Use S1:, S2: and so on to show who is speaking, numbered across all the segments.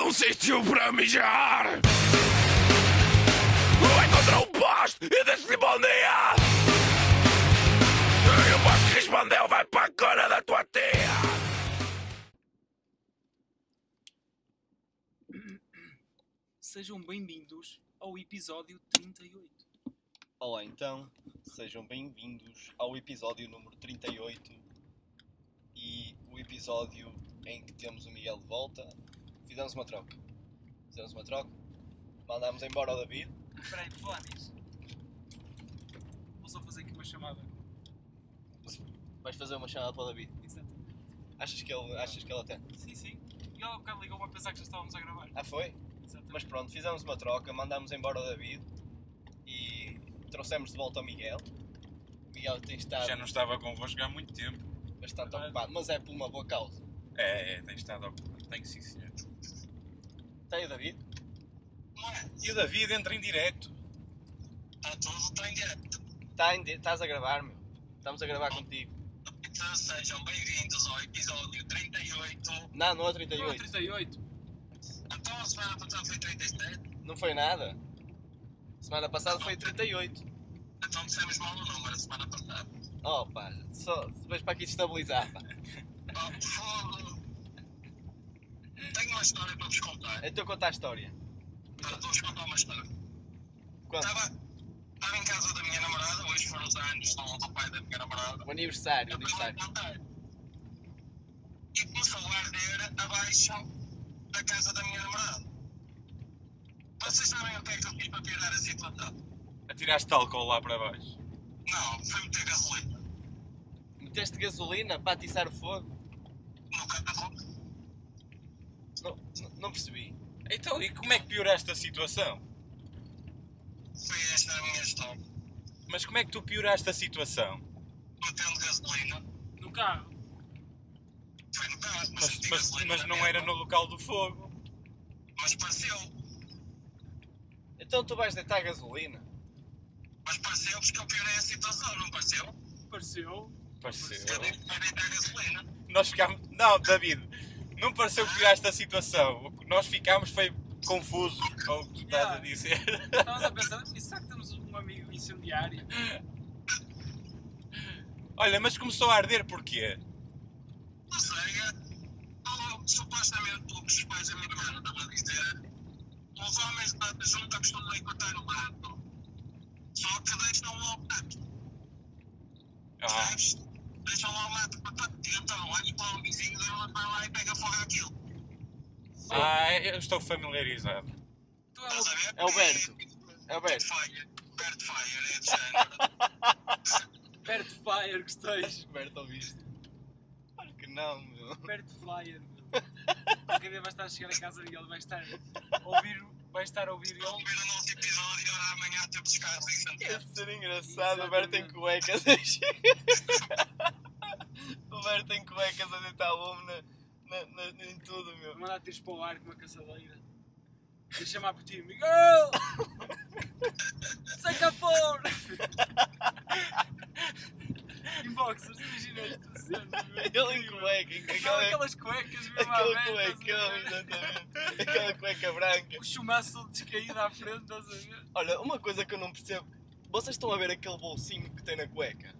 S1: um sítio para mijar. Vou encontrar um poste e disse-lhe bom dia. E o poste respondeu: vai para a cona da tua tia.
S2: Sejam bem-vindos ao episódio 38.
S3: Olá então, sejam bem-vindos ao episódio número 38 e o episódio em que temos o Miguel de volta. Fizemos uma troca. Fizemos uma troca, mandámos embora o David.
S2: Espera aí, por falar nisso. Vou só fazer aqui uma chamada.
S3: Vais fazer uma chamada para o David.
S2: Exato.
S3: Achas que ele, achas que ele atende?
S2: Sim, sim. E ela há bocado ligou-me a pensar que já estávamos a gravar.
S3: Ah, foi?
S2: Exatamente.
S3: Mas pronto, fizemos uma troca, mandámos embora o David e trouxemos de volta o Miguel. O Miguel tem estado
S4: Já não estava convosco há muito tempo.
S3: bastante ocupado, mas é por uma boa causa.
S4: É, é, tem estado ocupado. Tenho sim, senhor.
S3: Tem o Tá David?
S4: E o David entra em direto.
S5: Está Tá tudo está em direto.
S3: Tá em di- Estás a gravar, meu. Estamos a gravar contigo.
S5: Então sejam bem-vindos ao episódio 38.
S3: Não, não é
S2: Não,
S3: 38.
S2: 38.
S5: Então a semana passada foi 37.
S3: Não foi nada. Semana passada foi 38.
S5: Então dissemos mal o número a semana passada.
S3: Oh pá, só depois para aqui estabilizar. Pá.
S5: Oh, fogo. Tenho uma história para vos contar.
S4: É.
S3: Então conta a história.
S5: Vou-vos contar uma história.
S3: Quando?
S5: Estava, estava em casa da minha namorada, hoje foram os anos do, do pai da minha namorada.
S3: O aniversário, o
S5: Eu estava a
S3: aniversário.
S5: contar. E começou a arder abaixo da casa da minha namorada. Vocês sabem o que é que eu fiz para piorar a situação?
S4: Atiraste álcool lá para baixo.
S5: Não, foi meter gasolina
S3: Meteste gasolina para atiçar o fogo?
S5: no carro.
S3: Não, não- não percebi.
S4: Então, e como é que pioraste a situação?
S5: Foi esta a minha história.
S4: Mas como é que tu pioraste a situação?
S5: Metendo gasolina.
S2: No carro.
S5: Foi no carro, mas,
S4: Mas,
S5: meti
S4: mas-
S5: gasolina
S4: mas
S5: na
S4: não
S5: mesma.
S4: era no local do fogo.
S5: Mas pareceu.
S3: Então tu vais deitar gasolina?
S5: Mas pareceu porque eu piorei a situação, não pareceu?
S2: Pareceu.
S4: Pareceu.
S5: Eu disse para deitar gasolina.
S4: Nós ficámos. Não, David, não pareceu que pioraste a situação. O que nós ficámos foi confuso com o que tu estás a
S2: Yeah.
S4: dizer.
S2: Estavas a pensar, e será que temos um amigo incendiário?
S4: Olha, mas começou a arder porquê?
S5: Não sei. é- ou, Supostamente, pelo que os pais da minha irmã estavam a dizer, os homens da da junta costumam encontrar o mato. Só que deixam lá o mato.
S4: Ah,
S5: Sabes? Deixam lá o mato para tanto tempo. Então, olha para o vizinho, vai lá e pega fogo àquilo.
S4: ah, eu estou familiarizado.
S2: Tu é
S5: Estás a
S2: o...
S5: ver?
S3: É o Berto. É o Berto.
S5: Fire. Bert Fire é de género.
S2: Perto de Fire que estejas.
S3: Berto, ouviste? Claro que não, meu.
S2: Perto de Flyer. Qualquer dia vais estar a chegar a casa e ele vai estar a ouvir, vai estar a ouvir
S5: Vão
S2: ele.
S5: ver o nosso episódio e ora amanhã temos carros em Santiago.
S3: Isso ser engraçado, o Berto em
S2: Exatamente.
S3: cuecas. o Berto em cuecas a deitar lume na, na, na, em tudo, meu.
S2: Vou mandar tiros para o ar com uma caçadeira. Vou chamar por ti, Miguel! é Saca fora! Em boxers, imagina isto sendo.
S3: Ele em cueca,
S2: Aquela,
S3: aquela,
S2: é? aquelas cuecas mesmo à
S3: aquela
S2: aberta,
S3: é cuecão,
S2: estás a ver?
S3: exatamente. Aquela cueca branca.
S2: O chumaço todo descaído à frente, estás a ver?
S3: Olha, uma coisa que eu não percebo. Vocês estão a ver aquele bolsinho que tem na cueca?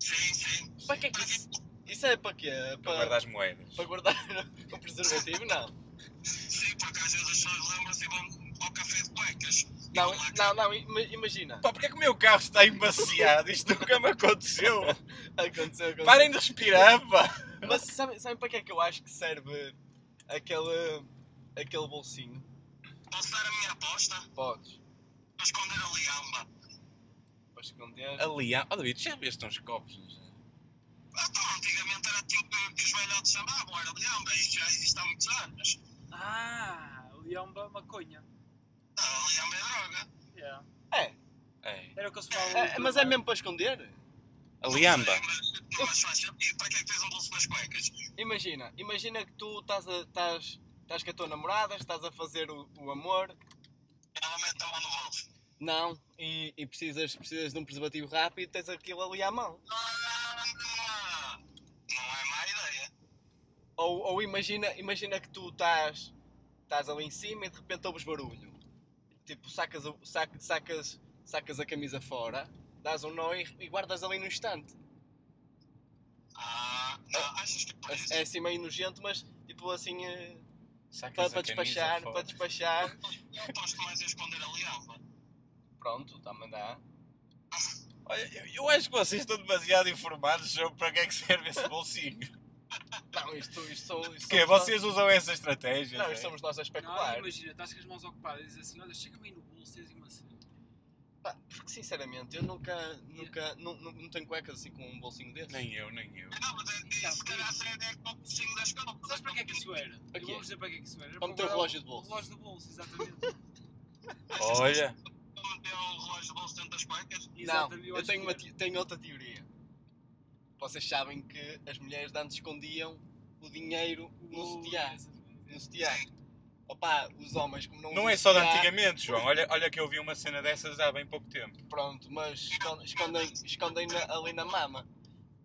S5: Sim, sim.
S3: Para que é que isso... Isso é para quê?
S4: Para guardar as moedas.
S3: para guardar o preservativo? Não.
S5: Sim, porque às vezes as pessoas lembram-se e vão ao café de cuecas.
S3: Não, não, não, ima- imagina.
S4: Pá, porque é que o meu carro está embaciado? Isto nunca me aconteceu.
S3: Aconteceu, aconteceu.
S4: Parem de respirar, pá.
S3: Mas sabem sabe para que é que eu acho que serve aquele, aquele bolsinho?
S5: Posso dar a minha aposta?
S3: Podes.
S5: Para esconder a liamba.
S3: Para esconder.
S4: Ali há... Oh, David, já veste uns copos? não já?
S5: Então, antigamente era assim que, que os velhotes chamavam, era liamba. Isto já existe há muitos anos.
S2: Ah, o Liamba maconha.
S5: Ah, A liamba é droga.
S2: Yeah.
S3: É,
S4: É.
S2: Era o que eles falavam.
S3: é, mas é mesmo para esconder?
S4: A liamba.
S5: Mas, mas faz sentido. Para que é que tens um bolso nas cuecas?
S3: Imagina, imagina que tu estás a. estás. estás com a tua namorada, estás a fazer o, o amor.
S5: Ela mete a mão no bolso.
S3: Não, e, e precisas, precisas de um preservativo rápido, tens aquilo ali à mão.
S5: Ah, não é má ideia.
S3: Ou, ou imagina, imagina que tu estás estás ali em cima e de repente ouves barulho. Tipo, sacas, o- sac- sacas, sacas a camisa fora, dás um nó e, e guardas ali no instante.
S5: Ah, não, achas que por isso?
S3: É, é assim meio nojento, mas tipo assim. eh,
S4: Sacas
S3: Para, para
S4: a camisa
S3: despachar,
S4: fora.
S3: para despachar.
S5: Eu aposto mais a esconder ali alva.
S3: Pronto, também dá.
S4: Olha, eu- eu acho que vocês estão demasiado informados sobre para que é que serve esse bolsinho.
S3: Não, isto, isto são. Isto
S4: Porque
S3: somos
S4: vocês usam essa estratégia.
S3: nós- Não, isto
S4: é?
S3: somos nós a
S2: Não,
S3: especular.
S2: imagina, estás com as mãos ocupadas e dizes assim, olha, chega-me aí no bolso, tens aí uma cena.
S3: Pá, Ah, porque sinceramente, eu nunca. nunca nu- nu- não, tenho cuecas assim com um bolsinho desse.
S4: Nem eu, nem eu.
S5: Não, mas é, é, se calhar a sede é como o cozinho das calças.
S2: Sabes para que é que isso era?
S3: Para
S2: Eu
S3: quê?
S2: vou dizer para que é que isso era. Era
S3: Para meter o
S2: guardar
S3: relógio de bolso.
S2: O relógio de bolso, exatamente.
S4: Olha,
S5: Manter o relógio de bolso dentro das cuecas.
S3: Não,
S2: Exatamente,
S3: eu
S2: acho que é.
S3: tenho, uma
S2: era.
S3: te- tenho outra teoria. Vocês sabem que as mulheres de antes escondiam o dinheiro no
S2: O-
S3: sutiã.
S2: exatamente.
S3: No sutiã. Opa, os homens, como não
S4: não
S3: usam
S4: é só de
S3: sutiã,
S4: antigamente, João. Olha, olha que eu vi uma cena dessas há bem pouco tempo.
S3: Pronto, mas escon- escondem, escondem na- ali na mama.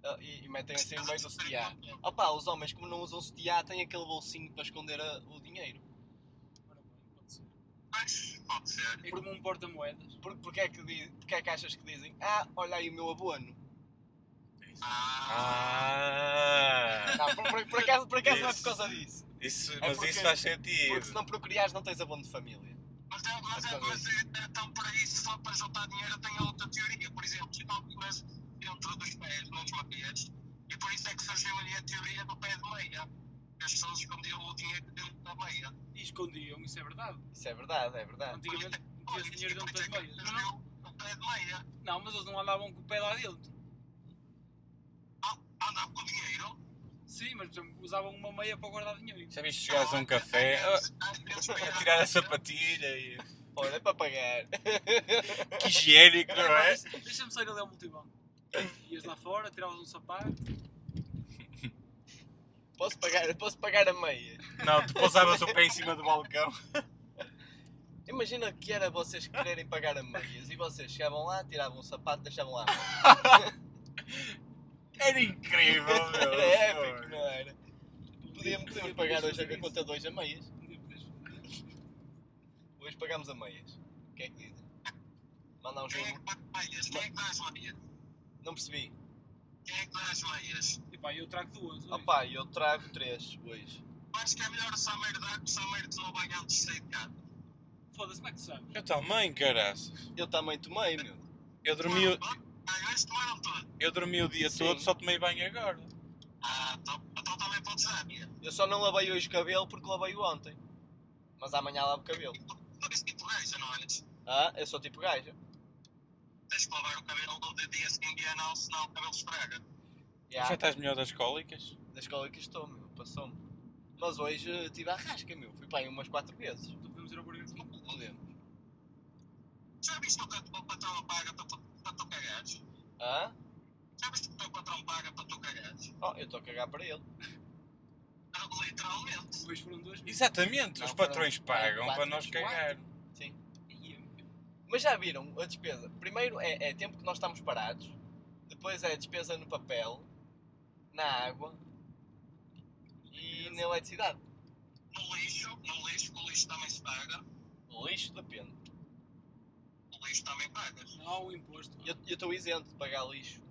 S3: Ah, E, e metem assim no meio do sutiã. Opa, os homens, como não usam sutiã, têm aquele bolsinho para esconder a- o dinheiro.
S2: Ora bem, pode ser.
S5: Mas, pode ser.
S3: tipo-
S2: É como um porta-moedas.
S3: Por, porque, é que di- porque é que achas que dizem? Ah, olha aí o meu abono.
S5: Ah,
S4: Ah!
S3: Não, por, por- por acaso, por acaso não é
S4: Isso.
S3: por causa disso.
S4: Isso,
S3: É
S4: mas
S3: porque-
S4: isso faz
S3: Porque se
S4: sentido.
S3: não procriares, não tens abono de família.
S5: mas, é, mas, é, mas é, então para isso, só para juntar dinheiro, eu tenho outra teoria. Por exemplo, se não começo dentro dos pés, nos meias, e por isso é que surgiu ali a teoria do pé de meia. que As pessoas escondiam o dinheiro dentro da meia.
S2: E escondiam, isso é verdade.
S3: Isso é verdade, é verdade.
S2: Antigamente metias dinheiro dentro das meias. Não, não.
S5: é O pé de meia
S2: Não, mas eles não andavam com o pé lá dentro.
S5: andava com dinheiro.
S2: Sim, mas por exemplo, usavam uma meia para guardar dinheiro.
S4: Já viste chegares a um café, ah, a tirar a sapatilha e.
S3: Olha, é para pagar.
S4: Que higiênico, não é?
S2: Deixa- Deixa-me sair ali ao multibanco. Ias lá fora, tiravas um sapato.
S3: Posso pagar, posso pagar a meia.
S4: Não, tu pousavas o pé em cima do balcão.
S3: Imagina que era vocês quererem pagar a meias e vocês chegavam lá, tiravam o sapato, deixavam lá.
S4: Era incrível,
S3: Era
S4: meu.
S3: É épico, não era? Podíamos, podíamos
S2: Podias
S3: pagar hoje
S2: fazer
S3: a
S2: isso.
S3: conta de hoje a meias.
S2: Um dia podias fazer isso.
S3: Hoje pagámos a meias. O que é que dizem? Mandar um
S5: Quem é que
S3: jogo.
S5: bate meias? Quem é que dá as meias?
S3: Não percebi.
S5: Quem é que dá as meias?
S2: E pá, eu trago duas. hoje.
S3: Opá, eu trago três hoje.
S5: Acho que é melhor o Sameiro dar que o Sameiro não vai antes de sair de casa.
S2: Foda-se, como é que tu sabes?
S4: Eu também, caraças.
S3: Eu também tomei, meu.
S4: Eu dormi, o-
S5: Ah, eles tomaram tudo.
S4: eu dormi o dia
S3: Sim.
S4: todo, só tomei banho agora.
S5: Ah, então, então também podes dar, minha.
S3: Eu só não lavei hoje o cabelo porque lavei-o ontem. Mas amanhã lavo o cabelo.
S5: Tu és tipo gajo, não és?
S3: Ah, eu sou tipo gajo.
S5: Tens que lavar o cabelo todo assim dia seguinte, não, senão o cabelo esfrega.
S4: Já
S3: Yeah,
S4: estás melhor das cólicas?
S3: da escola que estou, meu. Passou-me. Mas hoje eh, tive a rasca, meu. Fui para aí umas quatro vezes.
S2: Então podemos ir ao Burger King.
S3: Podemos.
S5: Já viste o que o teu patrão paga para tu, para tu cagares?
S3: Ah?
S5: Já viste o que o teu patrão paga para tu cagares?
S3: Oh, eu estou a cagar para ele.
S5: Ah, Literalmente.
S2: Depois foram duas mil.
S4: Exatamente,
S3: Não,
S4: os patrões
S3: foram-
S4: pagam
S3: quatro,
S4: para nós
S3: quatro.
S4: cagar.
S3: Sim.
S2: Ia, meu.
S3: Mas já viram a despesa? Primeiro é, é tempo que nós estamos parados. Depois é a despesa no papel, na água e na eletricidade.
S5: No lixo, no lixo, o lixo também se paga.
S3: O lixo depende.
S5: O lixo também pagas.
S2: Não há um imposto.
S3: Eu eu estou isento de pagar lixo.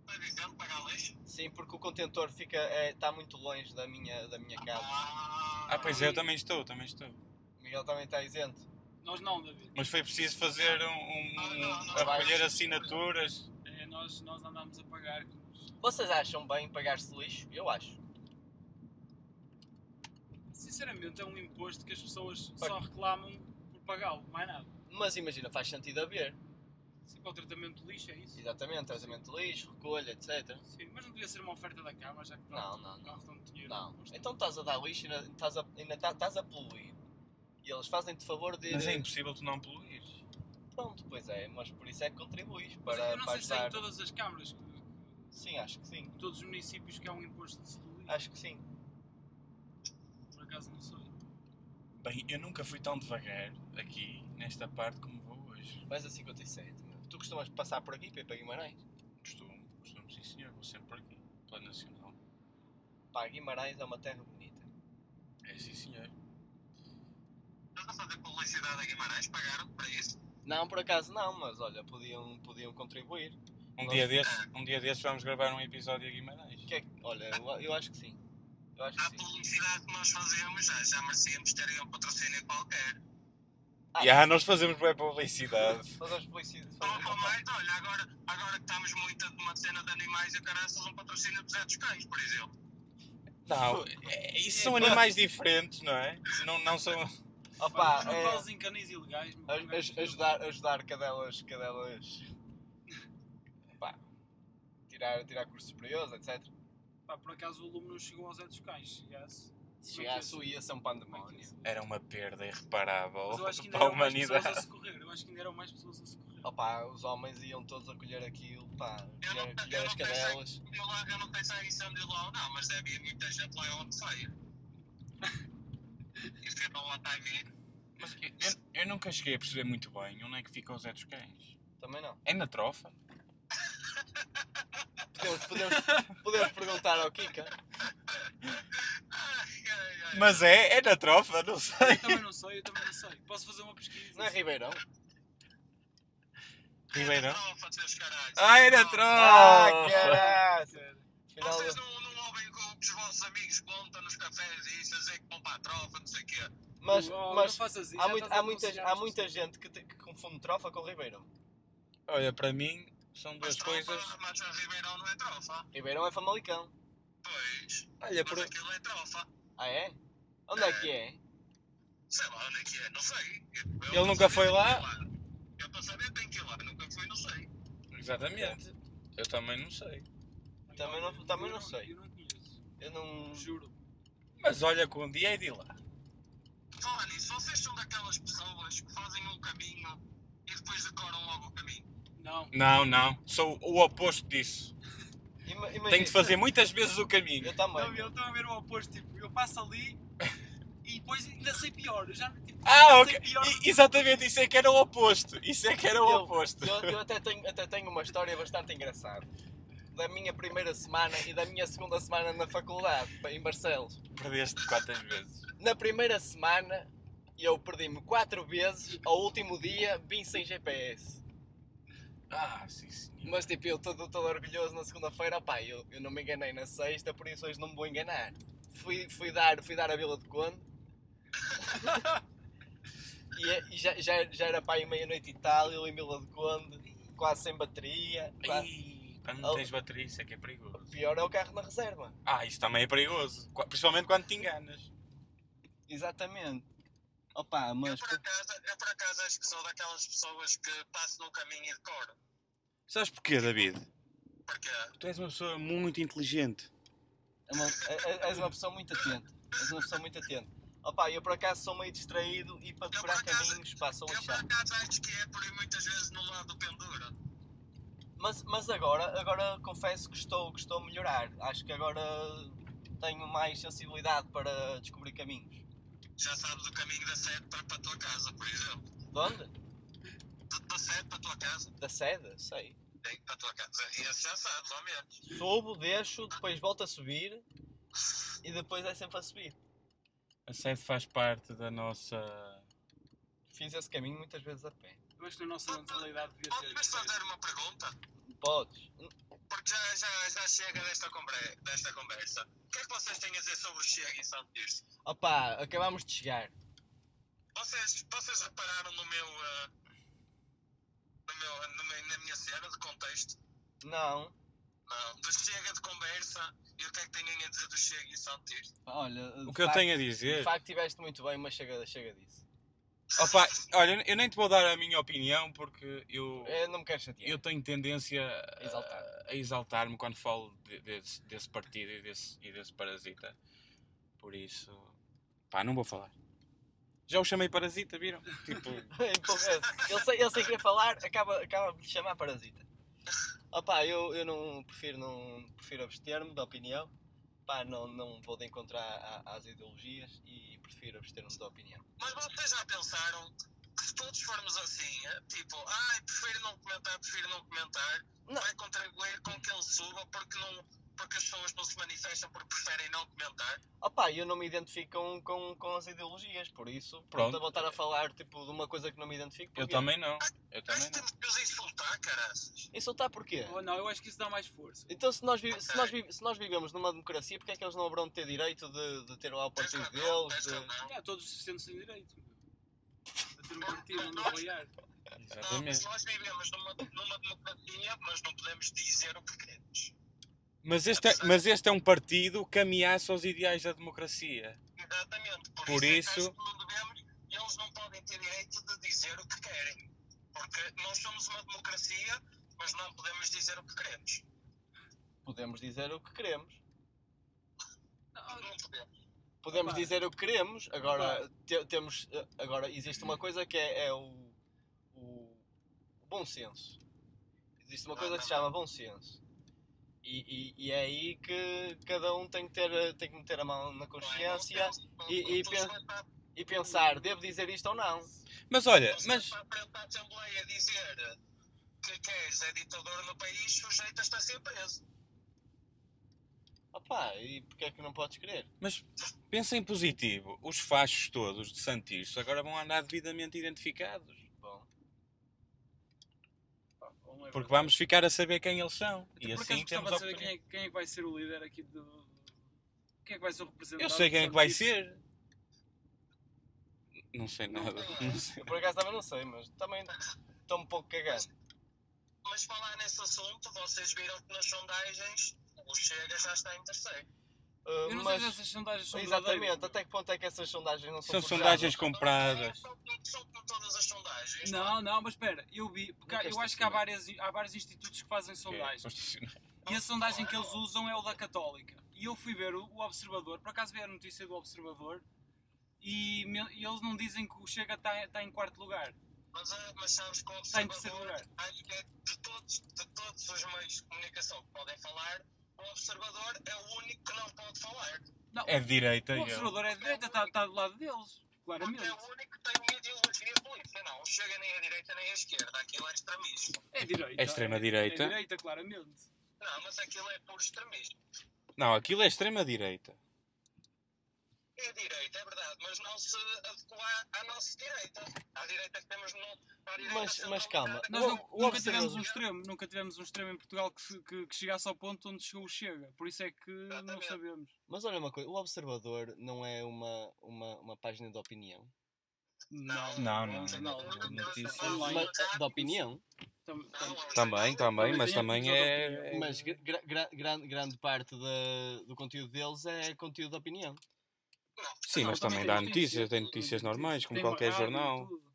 S5: Estás "Tá dizendo pagar lixo?
S3: Sim, porque o contentor fica é, está muito longe da minha, da minha casa.
S5: Ah,
S4: Ah, pois é, eu também estou, também estou.
S3: O Miguel também está isento.
S2: Nós não, David.
S4: Mas foi preciso fazer um. um-
S5: Não, não, não
S4: a
S3: vai.
S4: recolher assinaturas.
S2: É, nós, nós andámos a pagar. com os-
S3: Vocês acham bem pagar-se lixo? Eu acho.
S2: Sinceramente, é um imposto que as pessoas só reclamam por pagá-lo, mais nada.
S3: Mas imagina, faz sentido haver.
S2: Sim, para o tratamento do lixo é isso.
S3: Exatamente, tratamento de lixo, recolha, etc.
S2: Sim, mas não devia ser uma oferta da Câmara, já que
S3: Não,
S2: pronto,
S3: não, não.
S2: não estão de dinheiro.
S3: Não.
S2: imposto.
S3: Então estás a dar lixo e ainda estás a, ainda tá- estás a poluir. E eles fazem-te favor de.
S4: Mas é impossível tu não poluir.
S3: Pronto, pois é, mas por isso é que contribuis
S2: Mas
S3: para
S2: eu não sei se tem
S3: baixar-
S2: em todas as câmaras, que- que-
S3: Sim, acho que sim.
S2: em todos os municípios que há um imposto de lixo.
S3: Acho que sim.
S2: Por acaso não sei.
S4: Bem, eu nunca fui tão devagar aqui, nesta parte, como vou hoje.
S3: Mas a 57, meu. Tu costumas passar por aqui para ir para Guimarães?
S4: Costumo, costumo, sim senhor, vou sempre por aqui, pela Nacional.
S3: Pá, Guimarães é uma terra bonita.
S4: É sim senhor.
S5: estás a fazer publicidade a Guimarães, pagaram-te para isso?
S3: Não, por acaso não, mas olha, podiam, podiam contribuir.
S4: Um dia, desses, um dia desses vamos gravar um episódio a Guimarães.
S3: Que é que- olha, eu, eu acho que sim. Eu acho
S5: A
S3: que sim.
S5: publicidade que nós fazemos já, já merecíamos terem um patrocínio qualquer.
S4: E ah, nós fazemos boa publicidade.
S3: Fazemos publicidade.
S5: Então,
S3: fazemos-
S5: pá, mate, olha, agora, agora que estamos muito de uma cena de animais e o caraças, um patrocínio dos Zé Cães, por exemplo.
S4: Não, é- isso são animais diferentes, não é? Não, não são.
S3: Opa,
S2: não
S3: é,
S2: falas em canis ilegais, meu.
S3: a- a- ajudar, ajudar cadelas, cadelas. Pá, tirar, tirar cursos superiores, etc.
S2: Pá, por acaso o lume não chegou aos Zé dos Cães, chegasse.
S3: Se chegasse, ia ser um
S2: Como é que é
S3: pandemónio.
S2: isso?
S4: Era uma perda irreparável
S2: Mas eu acho que ainda
S4: para a
S2: eram mais pessoas a
S4: humanidade.
S2: socorrer. Eu acho que ainda eram mais pessoas a socorrer.
S3: Opa, os homens iam todos acolher aquilo, pá,
S5: Eu não-
S3: acolher, acolher
S5: eu
S3: as
S5: não pensei-
S3: cadelas.
S5: Eu, lá, eu não pensei em São de Lau, não, mas deve haver muita gente lá onde saia. Isso é não lá está em mim.
S4: Mas eu, eu- eu nunca cheguei a perceber muito bem onde é que ficam os Zé dos Cães.
S3: Também não.
S4: É na trofa?
S3: Podemos, podemos, podemos perguntar ao Kika.
S5: Ai, ai, ai.
S4: Mas é, é na trofa, não sei.
S2: Eu também não sei, eu também não sei. Posso fazer uma pesquisa?
S3: Não é Ribeirão?
S4: Ribeirão?
S5: Trofa, seus caralhos.
S4: Ah, é na
S5: Trofa.
S3: Ah,
S4: trofa!
S3: caralho! Afinal,
S5: Vocês não, não ouvem o que os vossos amigos contam nos cafés e isso, a dizer que vão para a trofa, não sei o quê.
S3: mas,
S2: Oh, não
S3: mas
S2: faças isso,
S3: há,
S2: já
S3: muito,
S2: estás a
S3: há, muita,
S2: aconselhar
S3: há
S2: as
S3: muita gente que, te- que confunde trofa com Ribeirão.
S4: Olha, para mim são duas
S5: Mas trofa,
S4: coisas.
S5: Mas a Ribeirão não é trofa.
S3: Ribeirão é Famalicão.
S5: Pois.
S4: Olha,
S5: Mas
S4: por,
S5: aquilo é trofa.
S3: Ah é? Onde é que é?
S5: Sei lá onde é que é, não sei. Eu- eu
S4: Ele
S5: para
S4: nunca
S5: saber
S4: foi
S5: tenho
S4: lá?
S5: que ir Eu para saber tenho que ir lá, nunca fui, não sei.
S4: Exatamente. Eu também não sei.
S2: pessoas.
S3: Também não-
S2: Eu
S3: também não sei.
S2: Eu não conheço.
S3: Eu não.
S2: Juro.
S4: Mas olha que um dia é de lá.
S5: Falar nisso, vocês são daquelas pessoas que fazem um caminho e depois decoram logo o caminho.
S2: Não.
S4: Não, não. Sou o oposto disso.
S3: Ima- imagina-
S4: Tenho de fazer muitas vezes o
S3: Eu
S4: caminho.
S3: também.
S2: Não, eu estou a ver o oposto. Tipo, eu passo ali e depois ainda sei pior. Eu já, tipo,
S4: Ah,
S2: ainda
S4: ok.
S2: sei pior.
S4: I- exatamente, isso é que era o oposto. Isso é que era o
S3: Eu-
S4: oposto.
S3: Eu, eu até, tenho, até tenho uma história bastante engraçada. Da minha primeira semana e da minha segunda semana na faculdade, em Barcelos.
S4: Perdeste quantas vezes?
S3: Na primeira semana, eu perdi-me quatro vezes. Ao último dia, vim sem GPS.
S4: Ah, sim, senhor.
S3: Mas tipo, eu todo, todo orgulhoso na segunda-feira, pá, eu, eu não me enganei na sexta, por isso hoje não me vou enganar. Fui, fui, dar, fui dar a Vila de Conde. e é- e já, já, já era pá, aí meia-noite e tal, eu em Vila de Conde, quase sem bateria. pá.
S4: Ih, Quando não
S3: Oh.
S4: tens bateria, isso é que é perigoso.
S3: Pior é o carro na reserva.
S4: Ah, isso também é perigoso. Qua- Principalmente quando te enganas.
S3: Exatamente. Opa,
S5: Eu
S3: mas.
S5: por, acaso, eu por acaso acho que sou daquelas pessoas que passam no caminho e decoro.
S4: Sabes porquê, David?
S5: Porque
S4: Tu és uma pessoa muito inteligente.
S3: É uma, é- é- és uma pessoa muito atenta. És uma pessoa muito atenta. Opa, eu por acaso sou meio distraído e para
S5: por
S3: decorar
S5: acaso-
S3: caminhos, pá, sou um
S5: eu por
S3: chato.
S5: acaso acho que é por aí muitas vezes no lado do pendura.
S3: Mas, mas agora, agora confesso que estou, que estou a melhorar. Acho que agora tenho mais sensibilidade para descobrir caminhos.
S5: Já sabes o caminho da sede para, para a tua casa, por exemplo.
S3: De onde?
S5: Da- Da sede para a tua casa.
S3: Da sede? Sei.
S5: Tem que para a tua casa. E esse já sabes, ao menos.
S3: Subo, deixo, depois volto a subir e depois é sempre a subir.
S4: A sede faz parte da nossa.
S3: Fiz esse caminho muitas vezes a pé.
S2: Eu acho que na nossa mentalidade devia
S5: Pode-
S2: ter.
S5: Mas fazer uma pergunta?
S3: Podes.
S5: Porque já, já, já chega desta, combre- desta conversa. O que é que vocês têm a dizer sobre o Chega em Santo Tirso?
S3: Opa, acabámos de chegar.
S5: Vocês, vocês repararam no meu, ah, no meu, no meu- na minha cena de contexto?
S3: Não.
S5: Não. Do Chega de conversa e o que é que têm a dizer do Chega em Santo Tirso?
S3: Olha,
S4: O que eu tenho a dizer.
S3: De facto, estiveste muito bem, mas chega, chega disso.
S4: Opa, olha, eu nem te vou dar a minha opinião porque eu,
S3: Eu não me quero chatear.
S4: eu tenho tendência É. a-
S3: Exaltar.
S4: a exaltar-me quando falo de- desse, desse partido e desse, e desse parasita. Por isso, pá, não vou falar. Já o chamei parasita, viram? Tipo,
S3: ele, sem, ele sem querer falar acaba, acaba de chamar parasita. Opá, eu, eu não prefiro, não, prefiro abster-me da opinião. Pá, não, não vou de encontrar a- às ideologias e prefiro abster-me da opinião.
S5: Mas vocês já pensaram que se todos formos assim, ah, tipo, ai, prefiro não comentar, prefiro não comentar,
S3: Não.
S5: vai contribuir com que ele suba porque não, porque as pessoas não se manifestam porque preferem não comentar.
S3: Opá, eu não me identifico com, com, com as ideologias, por isso,
S4: Pronto.
S3: pronto, a voltar a falar tipo, de uma coisa que não me identifico.
S4: Eu
S3: porquê?
S4: também não. Eu também
S5: Acho que
S4: não.
S5: temos que os insultar, caraças.
S3: é Insultar porquê?
S2: Ou não, eu acho que isso dá mais força.
S3: Então, se nós, vi- se, nós vi- se nós vivemos numa democracia, porque é que eles não haverão de ter direito de, de ter lá o
S5: Tens
S3: partido
S5: razão,
S3: deles?
S5: tens
S3: de-
S5: razão.
S2: Yeah, todos se sentem sem direito. A ter um partido, não apoiar.
S5: Não, mas
S4: Exatamente.
S5: nós vivemos numa, numa democracia, mas não podemos dizer o que queremos.
S4: Mas este, é, mas este é um partido que ameaça os ideais da democracia.
S5: Exatamente. Por,
S4: Por
S5: é que
S4: isso-
S5: acho que não devemos, eles não podem ter direito de dizer o que querem. Porque nós somos uma democracia, mas não podemos dizer o que queremos.
S3: Podemos dizer o que queremos.
S5: Não podemos.
S3: Podemos
S2: Opa.
S3: dizer o que queremos. Agora, te- temos, eh, agora existe uma coisa que é, é o, o bom senso. Existe uma coisa que se
S2: Ah,
S3: chama bom senso. E, e- e é aí que cada um tem que, ter, eh, tem que meter a mão
S2: é?
S3: na
S5: é?
S3: consciência e- e pen-
S4: Eh,
S3: e pensar: devo dizer isto ou não?
S4: Mas olha, mas.
S5: Para frente à Assembleia dizer que queres é ditador no país, sujeitas-te a ser preso.
S3: Opa, e porque é que não podes querer?
S4: Mas pensa em positivo. Os fachos todos de Santirso agora vão andar devidamente identificados.
S3: Bom,
S4: Porque vamos ficar a saber quem eles são. E
S2: Então, Por acaso
S4: assim
S2: gostava
S4: temos
S2: de
S4: a
S2: saber quem é, quem é que vai ser o líder aqui do. Quem é que vai ser o representante?
S4: Eu sei quem é que vai
S2: Sabe
S4: ser. Não sei nada. Não sei.
S3: eu por acaso também não sei, mas também estou um pouco cagado.
S5: Mas falar nesse assunto, vocês viram que nas sondagens o Chega já está em terceiro.
S3: Eh,
S2: Eu não sei se
S3: mas,
S2: essas sondagens são
S3: exatamente,
S2: verdadeiras.
S3: até que ponto é que essas sondagens não são
S4: São
S3: forjadas?
S4: sondagens
S5: Não
S4: compradas.
S5: são- não São como todas as sondagens.
S2: Não, não, mas espera, eu vi, porque
S3: Nunca
S2: eu acho que há,
S3: estás
S2: várias, há vários institutos que fazem
S4: É
S2: sondagens. E a sondagem que eles usam é o da Católica. E eu fui ver o, o Observador, por acaso vi a notícia do Observador, e, me- e eles não dizem que o Chega está em quarto lugar.
S5: Mas, ah, mas sabes que o
S2: Tem que ser
S5: observador,
S2: melhor.
S5: acho que é de todos, de todos os meios de comunicação que podem falar, o observador é o único que não pode falar.
S2: Não,
S4: É de direita.
S2: o
S4: eu.
S2: Observador é de direita, está do lado deles,
S5: Porque é
S2: claramente.
S5: o único que tem uma ideologia política. Não, chega nem à direita nem à esquerda. Aquilo é extremismo.
S2: É direita.
S4: É extrema-direita.
S2: É direita, claramente.
S5: Não, mas aquilo é puro extremismo.
S4: Não, aquilo é extrema-direita.
S5: É direita, é verdade, mas não se adequar à nossa direita. À direita que temos no. À direita
S3: Mas-
S5: social
S3: mas calma,
S5: democrata.
S2: Nós
S3: O-
S2: não-
S3: o
S2: nunca
S3: Observador-
S2: tivemos um extremo, nunca tivemos um extremo em Portugal que, se- que- que chegasse ao ponto onde chegou o Chega. Por isso é que não
S5: Exatamente.
S2: sabemos.
S3: Mas olha uma coisa, o Observador não é uma, uma, uma página de opinião?
S2: Não,
S4: Não, não,
S2: não,
S4: não.
S2: não,
S4: Notícias.
S5: Não, tá
S2: Online.
S3: Mas, de opinião?
S2: Tam-
S5: Não,
S2: tam-
S5: vamos
S4: Também,
S5: dizer,
S4: também,
S2: Também
S4: mas
S2: tem
S4: também
S2: episódio
S4: é.
S3: Mas gra- gra- grande- grande parte da- do conteúdo deles é conteúdo de opinião.
S5: não,
S4: Sim, mas também dá notícias, tem notícias normais, como
S2: Tem
S4: qualquer
S2: rádio,
S4: jornal.
S2: tudo.